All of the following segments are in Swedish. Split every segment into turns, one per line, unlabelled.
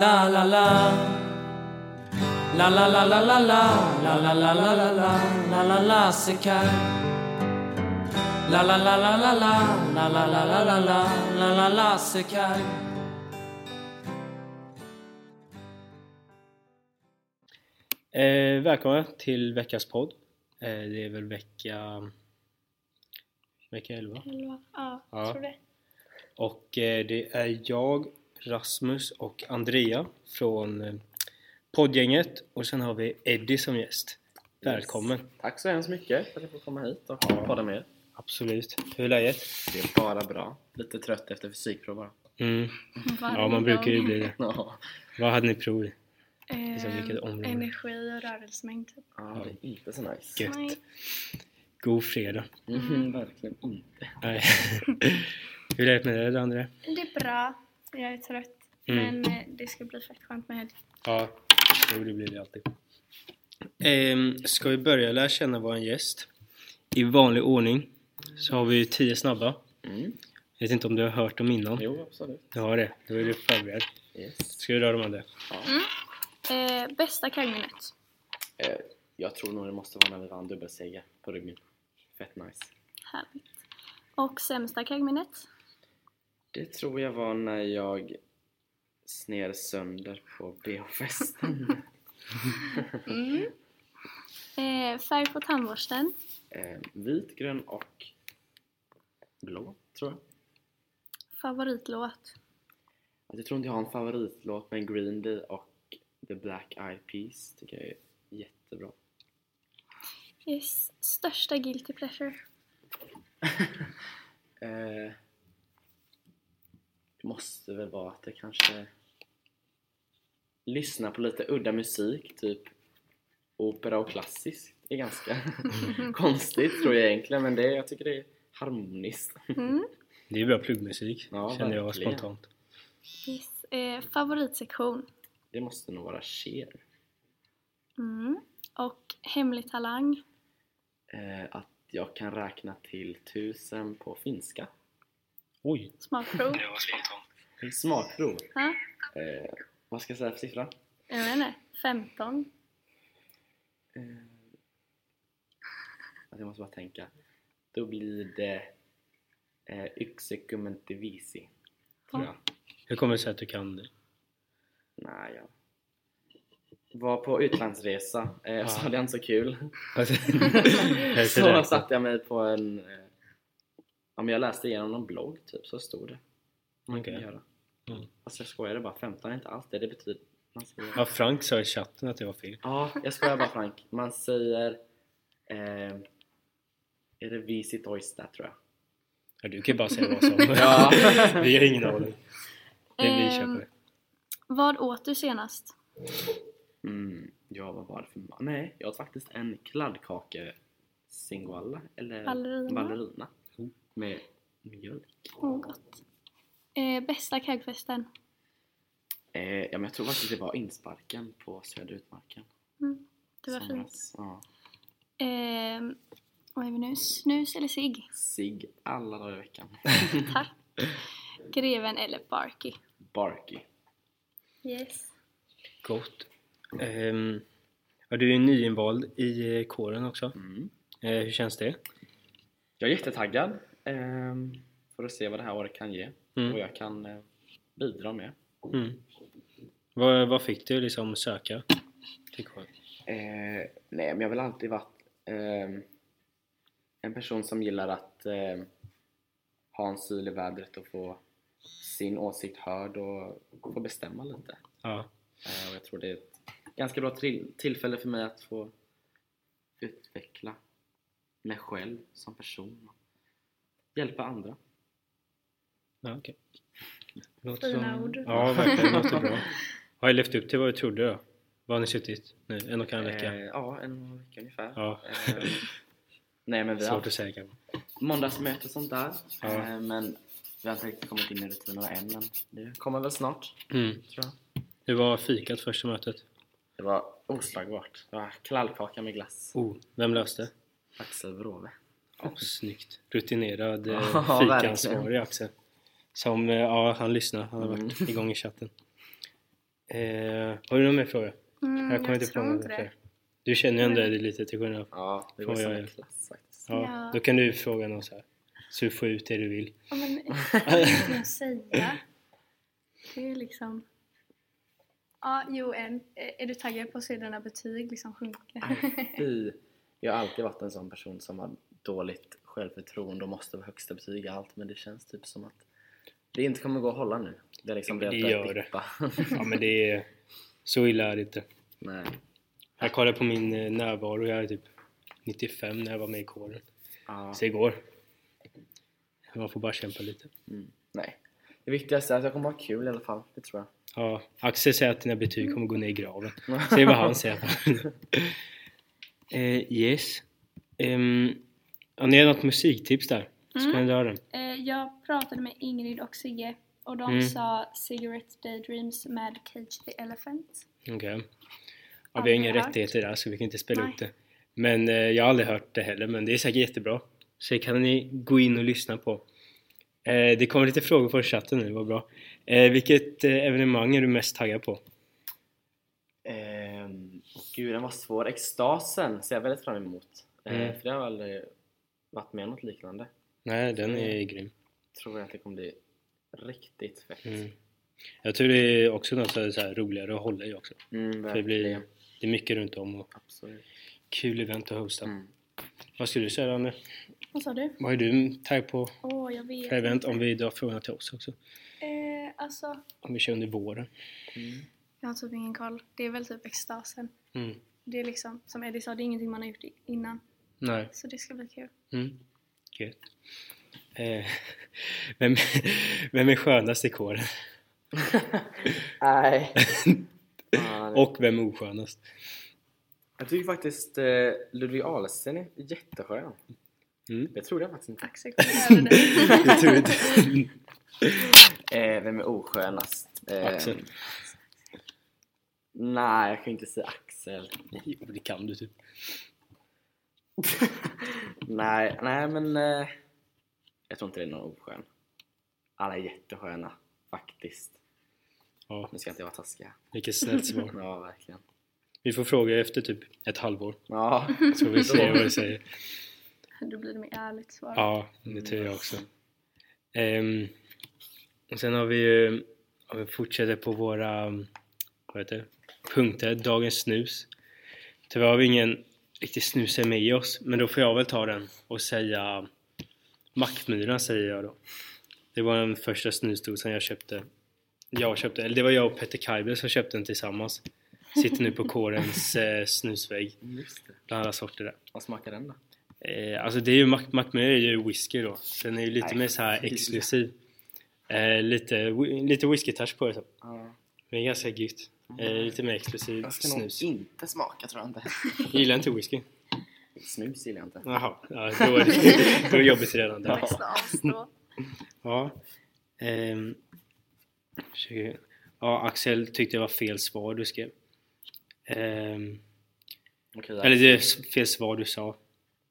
La la la La la la la la la La la la la la la La la Lasse Kaj La la la la la la La la la la la la La la Lasse Kaj
Eh, välkomna till veckans podd. Eh, det är väl vecka... Vecka 11.
Elva, ja,
Ja.
jag tror det.
Och eh, det är jag, Rasmus och Andrea från eh, poddgänget. Och sen har vi Eddie som gäst. Välkommen!
Tack så hemskt mycket för att jag får komma hit och podda med er.
Absolut. Hur är läget?
Det är bara bra. Lite trött efter fysikprov bara.
Mm. Ja, man brukar ju bli det.
Ja,
Vad hade ni prov i? liksom
Ehm,
vilket område.
Energi och rörelsemängd typ.
ja det är inte så nice.
Gött.
Nej.
God fredag!
Mm, verkligen inte.
Nej. Hur är läget med dig då, Andrea?
Det är bra. Jag är trött.
Mm.
Men eh, det ska bli fett skönt med helg.
Ja, jo, det blir det alltid. Ehm, ska vi börja lära känna vår gäst? I vanlig ordning så har vi ju tio snabba.
Mm.
Jag vet inte om du har hört dem innan?
Jo, absolut.
Du har det, då är du förberedd.
Yes.
Ska vi röra dem andra?
Eh, bästa kagminnet?
Eh, jag tror nog det måste vara när vi vann dubbelseger på ryggen. Fett nice.
Härligt. Och sämsta kagminnet?
Det tror jag var när jag sner sönder på BH-festen.
Eh, färg på tandborsten?
eh, vit, grön och blå, tror jag.
Favoritlåt?
Alltså, jag tror inte jag har en favoritlåt men Green Day och The Black Eyed Peas tycker jag är jättebra.
Yes. Största guilty pleasure?
Eh, det måste väl vara att jag kanske lyssnar på lite udda musik, typ opera och klassiskt. Det är ganska konstigt tror jag egentligen men det, jag tycker det är harmoniskt.
Mm.
Det är bra pluggmusik,
Ja,
känner jag
verkligen.
spontant.
Yes. Eh, favoritsektion?
Det måste nog vara Cher.
Mm. Och hemlig talang?
Eh, att jag kan räkna till tusen på finska.
Oj!
Smakprov?
Det var spontant.
Smakprov!
Ja.
Eh, vad ska jag säga för siffra?
Jag vet inte. 15?
Eh, jag måste bara tänka. Då blir det eh, Yxekumentivisi. Tror jag.
Hur kommer det sig att du kan det?
Nej, jag var på utlandsresa eh, så hade jag inte så kul.
Alltså,
så satte jag mig på en... Eh, ja, men jag läste igenom någon blogg typ, så stod det. Man kan
Okej.
göra.
Mm.
Fast jag skojade bara. 15 är inte allt det. Det betyder... Man säger,
ja, Frank sa i chatten att det var fel.
Ja, jag skojar bara Frank. Man säger... Eh, är det visit oista tror jag.
Ja, du kan ju bara säga vad som...
Ja.
vi har ingen aning. Det är vi
Ehm,
köper.
Vad åt du senast?
Mm, ja, vad var det för mat? Nej, jag åt faktiskt en kladdkake singoalla eller
Ballerina.
ballerina med mjölk.
Åh, gott. Eh, bästa kagfesten?
Eh, ja, men jag tror faktiskt det var insparken på Södra Utmarken.
Mm, det var fint.
Somras. Ja.
Eh, vad är vi nu? Snus eller cigg?
Sig alla dagar i veckan.
Tack. Greven eller Barky?
Barky.
Yes.
Gott. Ehm, ja, du är nyinvald i eh, kåren också.
Mm.
Eh, hur känns det?
Jag är jättetaggad ehm, för att se vad det här året kan ge.
Mm.
Och jag kan eh, bidra med.
Mm. Vad, vad fick du liksom söka? till kvar?
Eh, nej, men jag har väl alltid varit ehm, en person som gillar att ehm, ha en syl i vädret och få sin åsikt hörd och få bestämma lite.
Ja.
Eh, och jag tror det är ett ganska bra trill- tillfälle för mig att få utveckla mig själv som person och hjälpa andra.
Ja, okej. Låter
Fina
som-
ord.
Ja, verkligen. Låter bra. Har jag levt upp till vad du trodde då? Vad har ni suttit nu? En och en halv vecka?
Eh, ja, en vecka ungefär.
Ja.
Ehm, nej, men vi har
Svårt att säga kanske.
måndagsmöte och sånt där.
Ja.
Eh, men vi har inte riktigt kommit in i rutinerna än, men det kommer väl snart.
Mm.
Tror jag.
Hur var fikat första mötet?
Det var oslagbart. Det var klallkaka med glass.
Oh. Vem löste?
Axel Vrove.
Oh, snyggt. Rutinerad eh,
Ja,
fikaansvarig
verkligen. Mm.
Axel. Som, eh, ja han lyssnar. Han har varit igång i chatten. Eh, har du någon mer fråga?
Mm,
kommer
jag tror
någon
inte det. Mm.
fler. Du känner ju ändå dig lite till skillnad. Ja.
Ja, det
Får
var som
jag
en
ju.
klass faktiskt.
Ja.
Då kan du fråga någon så här. Så du får ut det du vill.
Ja, men vad ska jag säga? Det är liksom... Ja, jo, en. Eh, Är du taggad på att se dina betyg liksom sjunka?
Fy. Jag har alltid varit en sån person som har dåligt självförtroende och måste ha högsta betyg i allt. Men det känns typ som att det inte kommer gå att hålla nu. Det är liksom
Det
att börja
gör det.
dippa.
Ja men det är... Så illa är det inte.
Nej.
Jag kollade på min eh, närvaro. Jag är typ 95 när jag var med i kåren.
Ja.
Så igår. Man får bara kämpa lite.
Nej. Det viktigaste är att jag kommer ha kul i alla fall. Det tror jag.
Ja, Axel säger att dina betyg kommer gå ner i graven. Se vad han säger. eh, yes. Um, om ni har något musiktips där, så kan jag dra den.
Eh, Jag pratade med Ingrid och Sigge och de sa Cigarette Daydreams med Cage the Elephant.
Mm. Okej. Ja, vi har inga
Aldrig hört.
rättigheter där, så vi kan inte spela
Nej.
upp det. Men eh, jag har aldrig hört det heller, men det är säkert jättebra. Så det kan ni gå in och lyssna på. Eh, det kommer lite frågor på chatten nu, vad bra. Eh, vilket eh, evenemang är du mest taggad på?
Ehm, gud, den var svår. Extasen ser jag väldigt fram emot. Ehm,
Mm.
för jag har aldrig varit med om något liknande.
Nej, den är grym.
Tror jag att det kommer bli riktigt fett.
Mm. Jag tror det är också något som är så här roligare att hålla i också.
Mm,
För det,
verkligen.
blir, det är mycket runt om och
Absolut.
kul event att hosta.
Mm.
Vad skulle du säga Danne?
Vad sa du?
Vad är du taggad på
Åh, jag vet
för event?
inte.
Om vi drar frågorna till oss också.
Eh, alltså,
Om vi kör under våren.
jag har typ ingen koll. Det är väl typ extasen.
Mm.
Det är liksom, som Eddie sa, det är ingenting man har gjort i- innan.
Nej.
Så det ska bli kul.
Mm. Gött. Eh, vem, vem är skönast i kåren?
Nej. Fan.
Och vem är oskönast?
jag tycker faktiskt eh, Ludvig Ahlsten är jätteskön.
Mm.
Det trodde jag faktiskt inte.
Axel kommer över dig.
Det tror inte.
Eh, vem är oskönast? Eh,
Axel.
Nej, jag kan inte säga Axel.
Jo, det kan du typ.
Nej, nej men... Eh, jag tror inte det är någon oskön. Alla är jättesköna, faktiskt.
Ja,
Nu ska jag inte vara taskiga.
vilket snällt svar.
Ja, verkligen.
Vi får fråga efter typ ett halvår.
Ja,
Så vi ser vad du säger.
Då blir det mer ärligt svar.
Ja, det tror jag också. Ehm, och sen har vi ju, om vi fortsätter på våra um, vad heter, det, punkter, dagens snus. Tyvärr har vi ingen riktig snusare med oss, men då får jag väl ta den och säga Mackmyran säger jag då. Det var den första snusdosan jag köpte. Jag köpte, eller det var jag och Petter Kaiber som köpte den tillsammans. Sitter nu på kårens eh, snusvägg
just det.
bland alla sorter där.
Vad smakar den då?
Eh, alltså det är ju Mac, Macmillan är ju whisky då. så Den är ju lite
Nej,
mer så här
fy.
exklusiv. Eh, lite wi- lite whisky-touch på det. så.
Ja.
Men ganska gött. Eh, lite mer exklusiv
Jag ska
snus.
nog inte smaka tror jag inte.
Gillar inte whisky?
Snus gillar jag inte.
Jaha, ja, då är det då är jobbigt redan där.
Bästa avstå.
Ja. Ehm, försöker- ja, Axel tyckte det var fel svar du skrev. Ehm,
Okej,
eller det är s- fel svar du sa.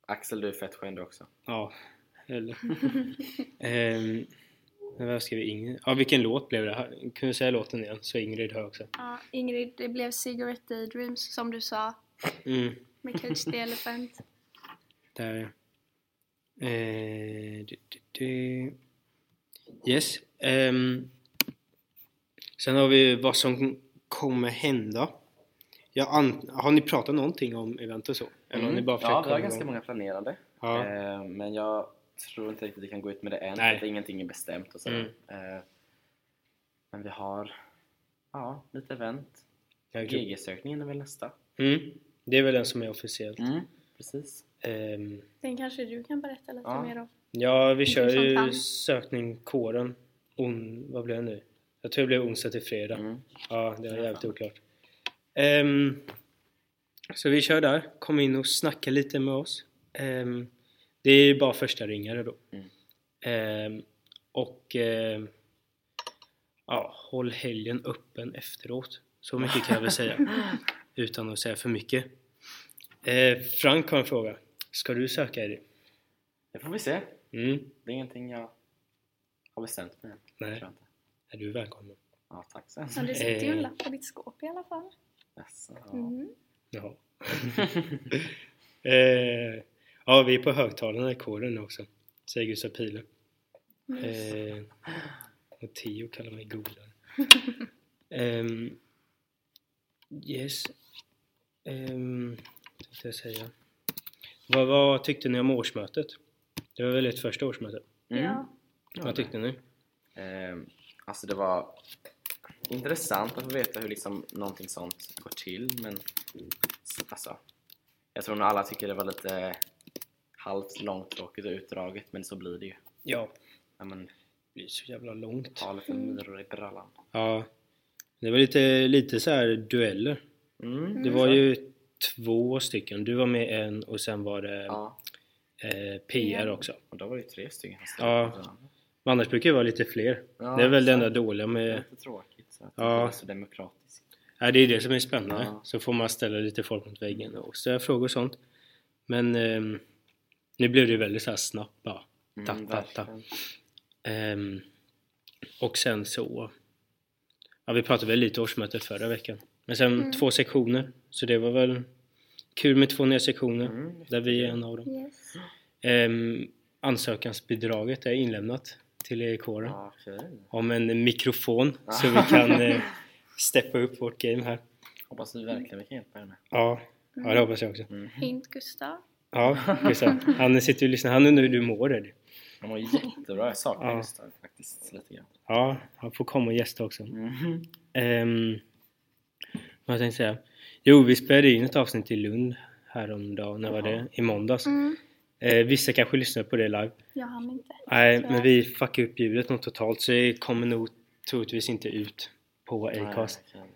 Axel du är fett skön du också.
Ja, eller... Ehm, men vad skrev Ingrid? Ja, vilken låt blev det? Ha- Kunde du säga låten igen? Så Ingrid hör också.
Ja, Ingrid, det blev Cigarette Daydreams som du sa.
Mm,
Med Cage the Elephant.
där är eh, du, du, du. Yes. ehm, Sen har vi vad som kommer hända. Jag an- har ni pratat någonting om event och så? Eller har ni bara försökt
Mm. ja, vi
komma
har ganska
igång?
många planerade.
Ja.
Eh, men jag tror inte riktigt vi kan gå ut med det än.
Nej.
För att ingenting är bestämt och så.
Mm.
Eh, men vi har ja, lite event.
Ja, kul.
GG-sökningen är väl nästa?
Mm. Det är väl den som är officiell.
Mm. Precis.
Ehm,
Den kanske du kan berätta lite
Ja.
mer om.
ja, vi kör
som
ju
fan.
sökningkåren. On, vad blev det nu? Jag tror det blev onsdag till fredag.
Mm.
Ja, det var jävligt oklart. Ehm, så vi kör där. Kom in och snacka lite med oss. Ehm, det är ju bara första ringare då. Ehm, och ehm, ja, håll helgen öppen efteråt. Så mycket kan jag väl säga. Utan att säga för mycket. Eh, Frank har en fråga. Ska du söka Eddie?
Det får vi se.
Mm.
Det är ingenting jag har bestämt mig än.
Nej.
tror jag inte.
Är du välkommen?
Ja, tack så hemskt
Som du sätter ju
Eh.
en lapp på ditt skåp i alla fall.
Jaså, ja.
Mm.
Jaha. eh, ja, vi är på högtalarna i kåren nu också. Säger Gustav Pihle. Eh, och Theo kallar mig golare. Ehm, yes. Ehm, tänkte jag säga. Vad, vad tyckte ni om årsmötet? Det var väl ert första årsmöte?
Ja.
vad tyckte ni?
Mm. Ehm, alltså det var intressant att få veta hur liksom någonting sånt går till men alltså jag tror nog alla tycker det var lite halvt långtråkigt och utdraget men så blir det ju.
Ja,
När man
det är så jävla långt.
talar för myror i brallan.
Ja. Det var lite, lite så här dueller.
Mm.
Det var ju två stycken. Du var med en och sen var det
Ja,
eh, PR också.
och då var det ju tre stycken.
Ja. Men annars brukar det vara lite fler.
Ja,
det är väl det enda
exakt.
dåliga
Det är
med...
lite tråkigt så att
Ja.
det inte är så demokratiskt.
Nej, det är det som är spännande.
Ja.
Så får man ställa lite folk mot väggen och ställa frågor och sånt. Men ehm, nu blev det väldigt så här snabbt bara. Ta, ta, ta.
Mm, verkligen.
Ehm, och sen så... Ja, vi pratade väl lite årsmöte förra veckan. Men sen
Mm.
två sektioner. Så det var väl kul med två nya sektioner.
Mm,
där vi är en av dem.
Yes.
Ehm, ansökansbidraget är inlämnat till er i kåren.
Ja, okej.
Om en mikrofon så vi kan eh, steppa upp vårt game här.
Hoppas vi verkligen vi kan hjälpa henne.
Ja, ja det hoppas jag också.
Hint Gustav.
Ja, Gustav. Han sitter ju och lyssnar. Han undrar hur du mår Eddie.
De var jättebra, jag saknar
Ja.
Gustav faktiskt lite grann.
Ja, han får komma och gästa också. Ehm, vad tänkte jag säga? Jo, vi spelade in ett avsnitt i Lund häromdagen. När var det? I måndags. Eh, vissa kanske lyssnar på det live.
Jag hann inte.
Nej,
Tyvärr.
men vi fuckade upp ljudet något totalt så det kommer nog troligtvis inte ut på Acast.
Nej, okej.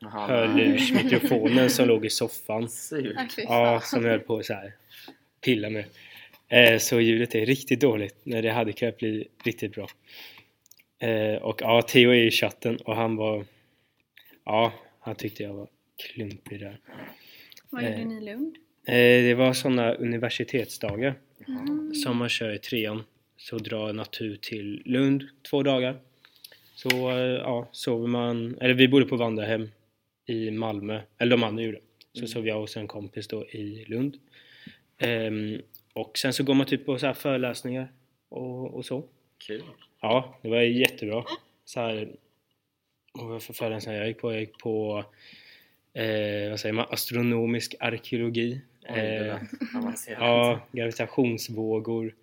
Jaha,
hörlursmikrofonen som låg i soffan.
Surt.
Ah, fy
Ja,
fan.
som jag höll på så här pilla med. Eh, så ljudet är riktigt dåligt. Nej, det hade kunnat bli riktigt bra. Eh, och ja, Theo är i chatten och han var... Ja, han tyckte jag var klumpig där.
Vad gjorde ni i Lund?
Eh, det var sådana universitetsdagar
Mm.
som man kör i trean. Så drar natur till Lund två dagar. Så eh, ja, sover man, eller vi bodde på vandrarhem i Malmö, eller de andra gjorde. Så
Mm.
sov jag hos en kompis då i Lund. Ehm, och sen så går man typ på så här föreläsningar och, och så.
Kul.
Ja, det var jättebra. Så här, och vad för föreläsningar jag gick på? Jag gick på eh, vad säger man, astronomisk arkeologi.
Oj, det
Eh,
lät avancerat.
ja, gravitationsvågor,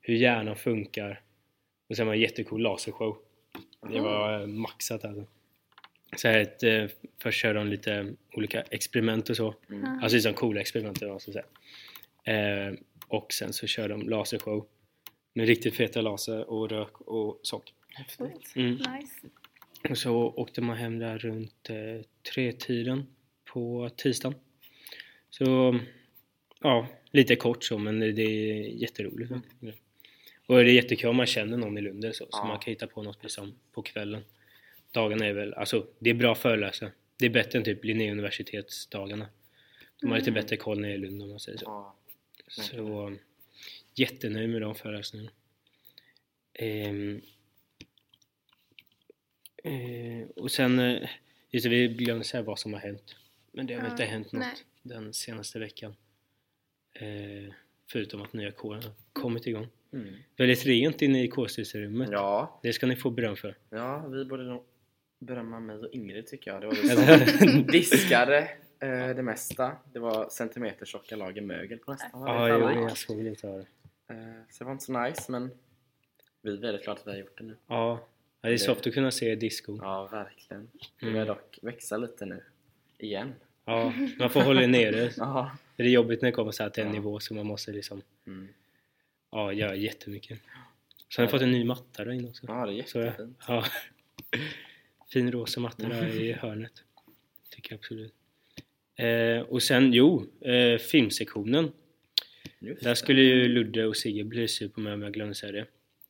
hur hjärnan funkar. Och sen var det en jättecool lasershow. Det var eh, maxat alltså. Så här, ett, eh, först körde de lite olika experiment och så. Alltså liksom coola experiment. eller vad man ska säga. Eh, och sen så körde de lasershow. Med riktigt feta laser och rök och sånt.
Häftigt.
Mm.
Nice.
Och så åkte man hem där runt eh, tretiden på tisdagen. Så ja, lite kort så men det, det är jätteroligt. verkligen. Och det är jättekul om man känner någon i Lund eller så, så
Ja.
man kan hitta på något liksom på kvällen. Dagarna är väl, alltså det är bra föreläsare. Det är bättre än typ Linnéuniversitetsdagarna. De har lite bättre koll nere i Lund om man säger så.
Ja.
Mm. Så jättenöjd med de föreläsningarna. Ehm, eh, och sen, eh, just det, vi glömde säga vad som har hänt. Men det har väl
Ja,
inte hänt något
nej.
den senaste veckan. Eh, förutom att nya kåren har kommit igång.
Mm.
Väldigt rent inne i kårstyrelserummet.
ja,
Det ska ni få beröm för.
Ja, vi borde nog berömma mig och Ingrid tycker jag. Det var vi som diskade eh, det mesta. Det var centimeter tjocka lager mögel på nästan
Ja,
varje
jo,
tallrik.
jag såg lite av det.
Eh, Så det var inte så nice men vi är väldigt glada att vi har gjort det nu.
Ja, ja, det är
Det-
soft att kunna se disco.
Ja, verkligen. Det
Mm.
börjar dock växa lite nu. Igen.
Ja, man får hålla nere
Ja.
Det är jobbigt när det kommer så här till en nivå så man måste liksom
Mm.
ja, göra jättemycket. Så har jag fått en ny matta där inne också.
ja, det är
så, jag-
jättefint.
ja. Fin rosa matta där i hörnet. Tycker jag absolut. Eh, och sen, jo, eh, filmsektionen.
Just
Där
det.
skulle ju Ludde och Sigge bli sur på mig om jag glömde säga det.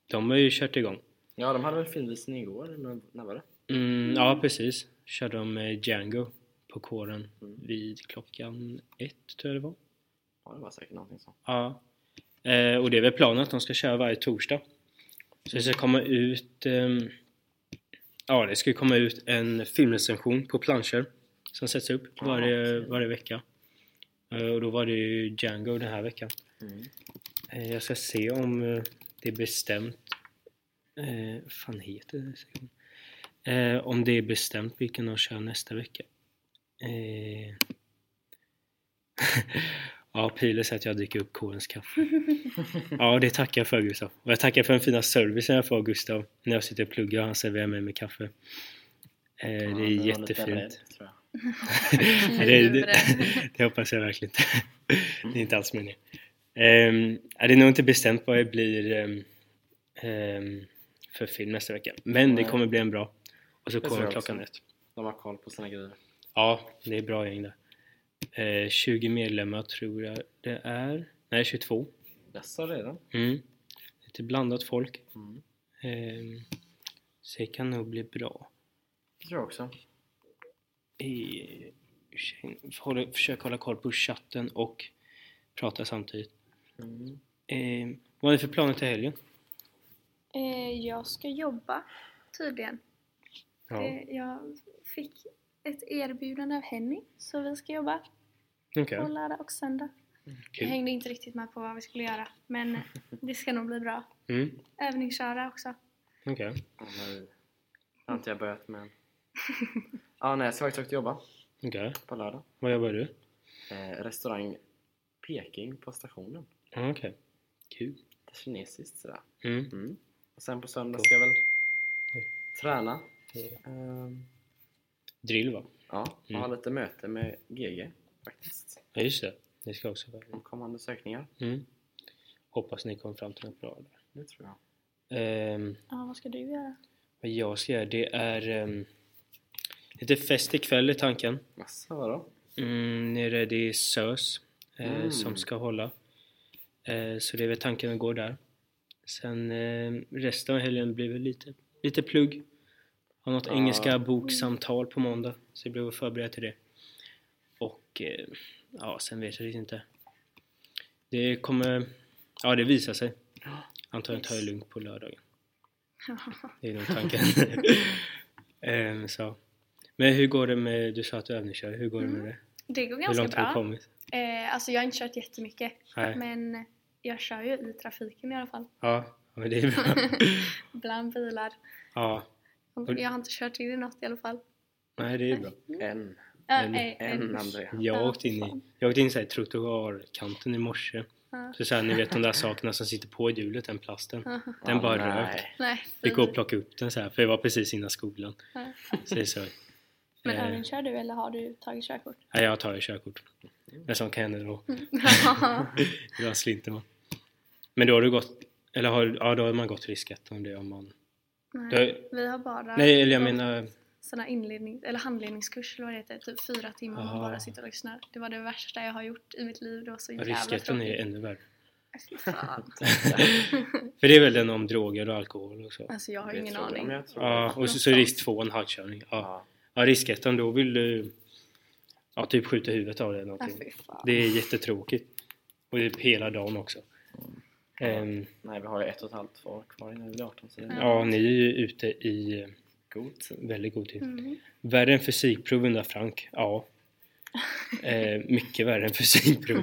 De har ju kört igång.
Ja, de hade väl filmvisning igår? eller När var det?
Mm, ja, precis. Körde de eh, Django på kåren
Mm.
vid klockan ett, tror jag det var.
Ja, det var säkert någonting sånt.
Ja. Eh, och det är väl planen att de ska köra varje torsdag. Så det ska komma ut... ehm, ja, det ska komma ut en filmrecension på planscher som sätts upp varje, varje vecka. Eh, och då var det ju Django den här veckan.
Mm.
Eh, jag ska se om eh, det är bestämt... Eh, vad fan heter det? sektionen? Eh, om det är bestämt vilken de kör nästa vecka. Eh, Ja, Piler säger att jag dricker upp kårens kaffe. Ja, det tackar jag för Gustav. Och jag tackar för den fina servicen jag får av Gustav när jag sitter och pluggar och han serverar mig med kaffe. Eh, det
Ja,
är
den var lite
jättefint.
rädd, tror jag. Mm.
Ja, det, det, det hoppas jag verkligen inte. Det är inte alls meningen. Um, det är nog inte bestämt vad det blir ehm, ehm, för film nästa vecka. Men det
Nej.
kommer bli en bra. Och så
Det tror
kommer
jag
klockan
också.
ett.
De har koll på sina grejer.
Ja, det är bra gäng där. Eh, 20 medlemmar tror jag det är. Nej, 22.
Jaså, redan?
Mm. Lite blandat folk.
Mm.
Ehm, så det kan nog bli bra.
Det tror jag också.
I, hålla, försök hålla koll på chatten och prata samtidigt. Ehm, vad är det för planer till helgen?
Eh, jag ska jobba, tydligen.
Ja.
Det, jag fick ett erbjudande av Henny, så vi ska jobba
Okej.
på lördag och söndag.
Mm, kul.
Jag hängde inte riktigt med på vad vi skulle göra, men det ska nog bli bra.
Mm.
Övningsköra också.
Okej.
Åh nej. Det har inte jag börjat med än. Ja, nej, jag ska faktiskt åka till jobba
Okej.
på lördag.
Vad jobbar du?
Eh, restaurang Peking på stationen.
Ja, Okej. Kul.
Det är kinesiskt sådär.
Mm.
Mm. Och sen på söndag ska jag väl träna. Ehm,
Drill va?
ja, och
Mm.
ha lite möte med GG faktiskt.
Ja just det. Det ska också vara.
Om kommande sökningar.
Mm. Hoppas ni kom fram till något bra där.
Det tror jag.
Ehm,
Ja, vad ska du göra?
vad jag ska göra det är ehm, lite fest ikväll i tanken.
Massa vadå?
Mm, nere det är SÖS eh,
Mm.
som ska hålla. Eh, så det är väl tanken att gå där. Sen eh, resten av helgen blir väl lite lite plugg. Har något engelska boksamtal på måndag. Så jag behöver förbereda till det. Och eh, ja, sen vet jag riktigt inte. Det kommer... Ja, det visar sig. Antagligen tar jag lugnt på lördagen. Det är nog tanken. Ehm, så. Men hur går det med... Du sa att du övningskör. Hur går det med det?
Det går
Hur
ganska
långt har du
bra.
kommit?
Eh, alltså jag har inte kört jättemycket.
Nej.
Men jag kör ju i trafiken i alla fall.
Ja, ja, men det är bra.
Bland bilar.
Ja,
Och Jag har inte kört in i något i alla fall.
nej det är bra.
En.
Äh,
En-
eh, eh,
En, Andrea.
Jag åkte in i, jag åkte in i så här trottoarkanten i morse. Så såhär, ni vet de där sakerna som sitter på hjulet, den plasten. Den bara
nej.
rök.
Nej,
Fick gå och
fy.
plocka upp den så här, för det var precis innan skolan.
Ja.
Så det är så.
Men
eh.
övningskör du eller har du tagit körkort?
Nej, jag tar ju körkort. Men sånt kan hända då.
Mm.
Ibland slinter man. Men då har du gått, eller har, ja, då har man gått riskat om det om man...
Nej.
Du-
Vi har bara
Nej, eller jag
gått
menar,
såna inledning, eller handledningskurs eller vad det heter. Typ fyra timmar
Aha.
och bara sitter och lyssnar. Det var det värsta jag har gjort i mitt liv. Det var så jävla
risketten är
tråkigt.
ännu värre.
Fy fan.
För det är väl den om droger och alkohol och så.
Alltså jag har
Det
ingen
tror jag
aning.
med, jag tror
Ja, och så, så risk två, en halkkörning. Ja, ja riskettan då vill du ja, typ skjuta huvudet av det eller
Ja,
någonting.
fy fan.
Det är jättetråkigt. Och det är hela dagen också. Ehm,
Nej, vi har ju ett och ett halvt år kvar innan vi blir 18 så det är
ja, ni är ju ute i
god tid.
väldigt god tid. Värre än fysikprov undrar Frank. Ja. Eh, mycket värre än fysikprov.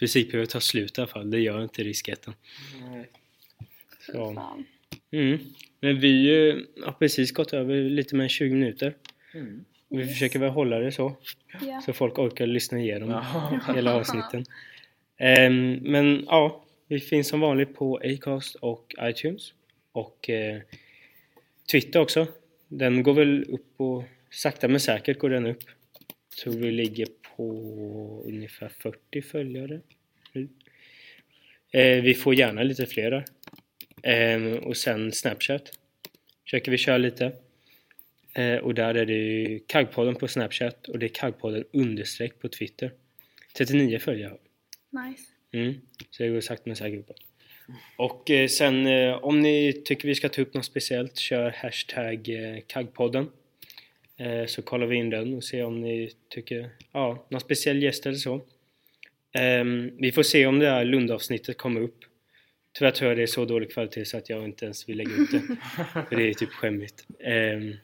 Fysikprovet tar slut i alla fall, det gör inte riskettan.
Nej.
Så. Mm. Men vi eh, har precis gått över lite mer än 20 minuter. Och Vi försöker väl hålla det så.
Ja.
Så folk orkar lyssna igenom hela avsnitten. Ehm, men ja, vi finns som vanligt på Acast och iTunes. Och eh, Twitter också. Den går väl upp och sakta men säkert går den upp. Tror vi ligger på ungefär 40 följare. nu. Eh, vi får gärna lite fler där. Ehm, och sen Snapchat. Försöker vi köra lite. Eh, och där är det ju Kaggpodden på Snapchat och det är Kaggpodden understreck på Twitter. 39 följare har vi.
Nice.
Mm. Så det går sakta men säkert uppåt. Och eh, sen eh, om ni tycker vi ska ta upp något speciellt kör hashtag eh, kaggpodden. Eh, så kollar vi in den och ser om ni tycker, ja, någon speciell gäst eller så. Ehm, vi får se om det här Lundavsnittet kommer upp. Tyvärr tror jag det är så dålig kvalitet så att jag inte ens vill lägga ut det. För det är typ skämmigt. Ehm,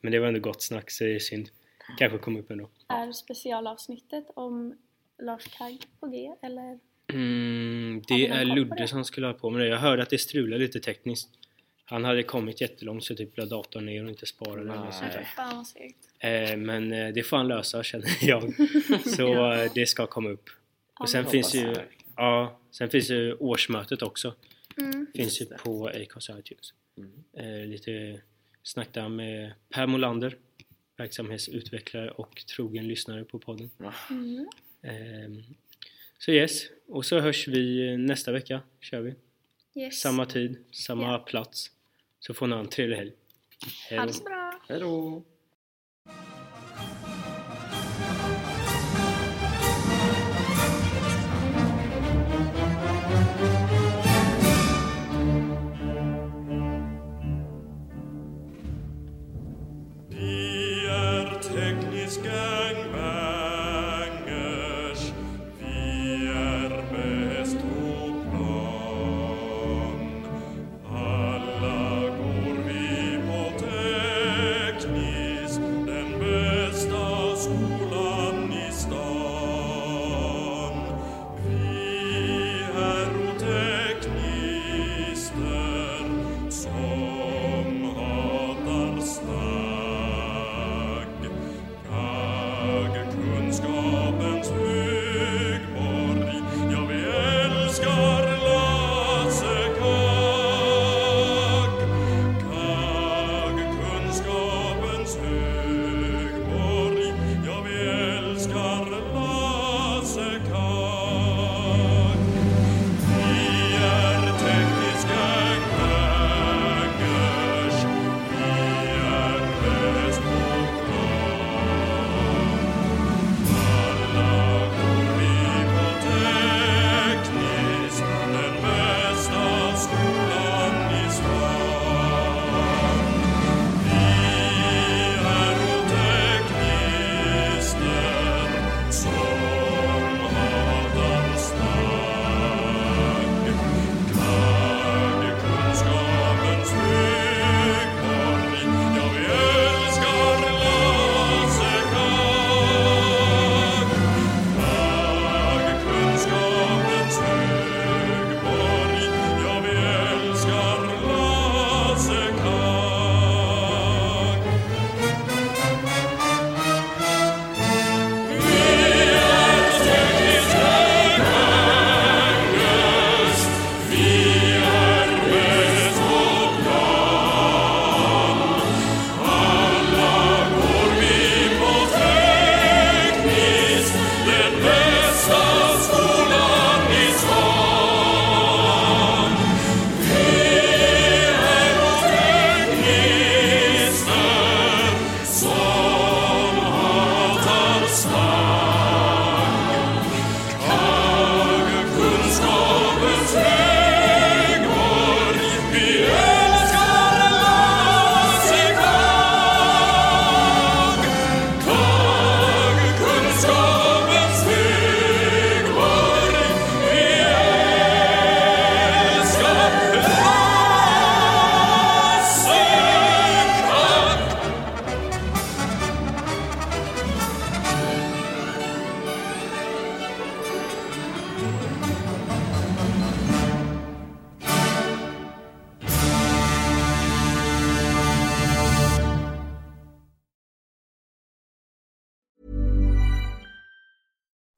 men det var ändå gott snack så det är synd. Kanske kommer upp ändå.
Är specialavsnittet om Lars Kagg på G eller?
Mm,
Har
det
vi någon
är
koll på
Ludde
det?
som skulle ha på med det. Jag hörde att det strulade lite tekniskt. Han hade kommit jättelångt så typ la datorn ner och inte sparade den. och så
Nej.
där.
Fan vad segt.
Eh, men eh, det får han lösa känner jag. Så eh, det ska komma upp. Och sen finns ju,
jag.
ja, sen finns ju årsmötet också.
Mm.
Finns ju på Acast och iTunes. Eh, lite snack där med Per Molander, verksamhetsutvecklare och trogen lyssnare på podden.
Ja.
Mm.
Ehm, så yes, och så hörs vi eh, nästa vecka. Kör vi.
Yes.
Samma tid, samma plats. Så får ni ha en trevlig helg. Hej
Ha
då.
det så bra.
Hej då!
Die Erkenntnis gang bangisch, wir best umlon. Alla går vi på teknis, den bästa skolan i stan. Vi herroteknister som hatar snagg. Kan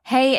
Hey,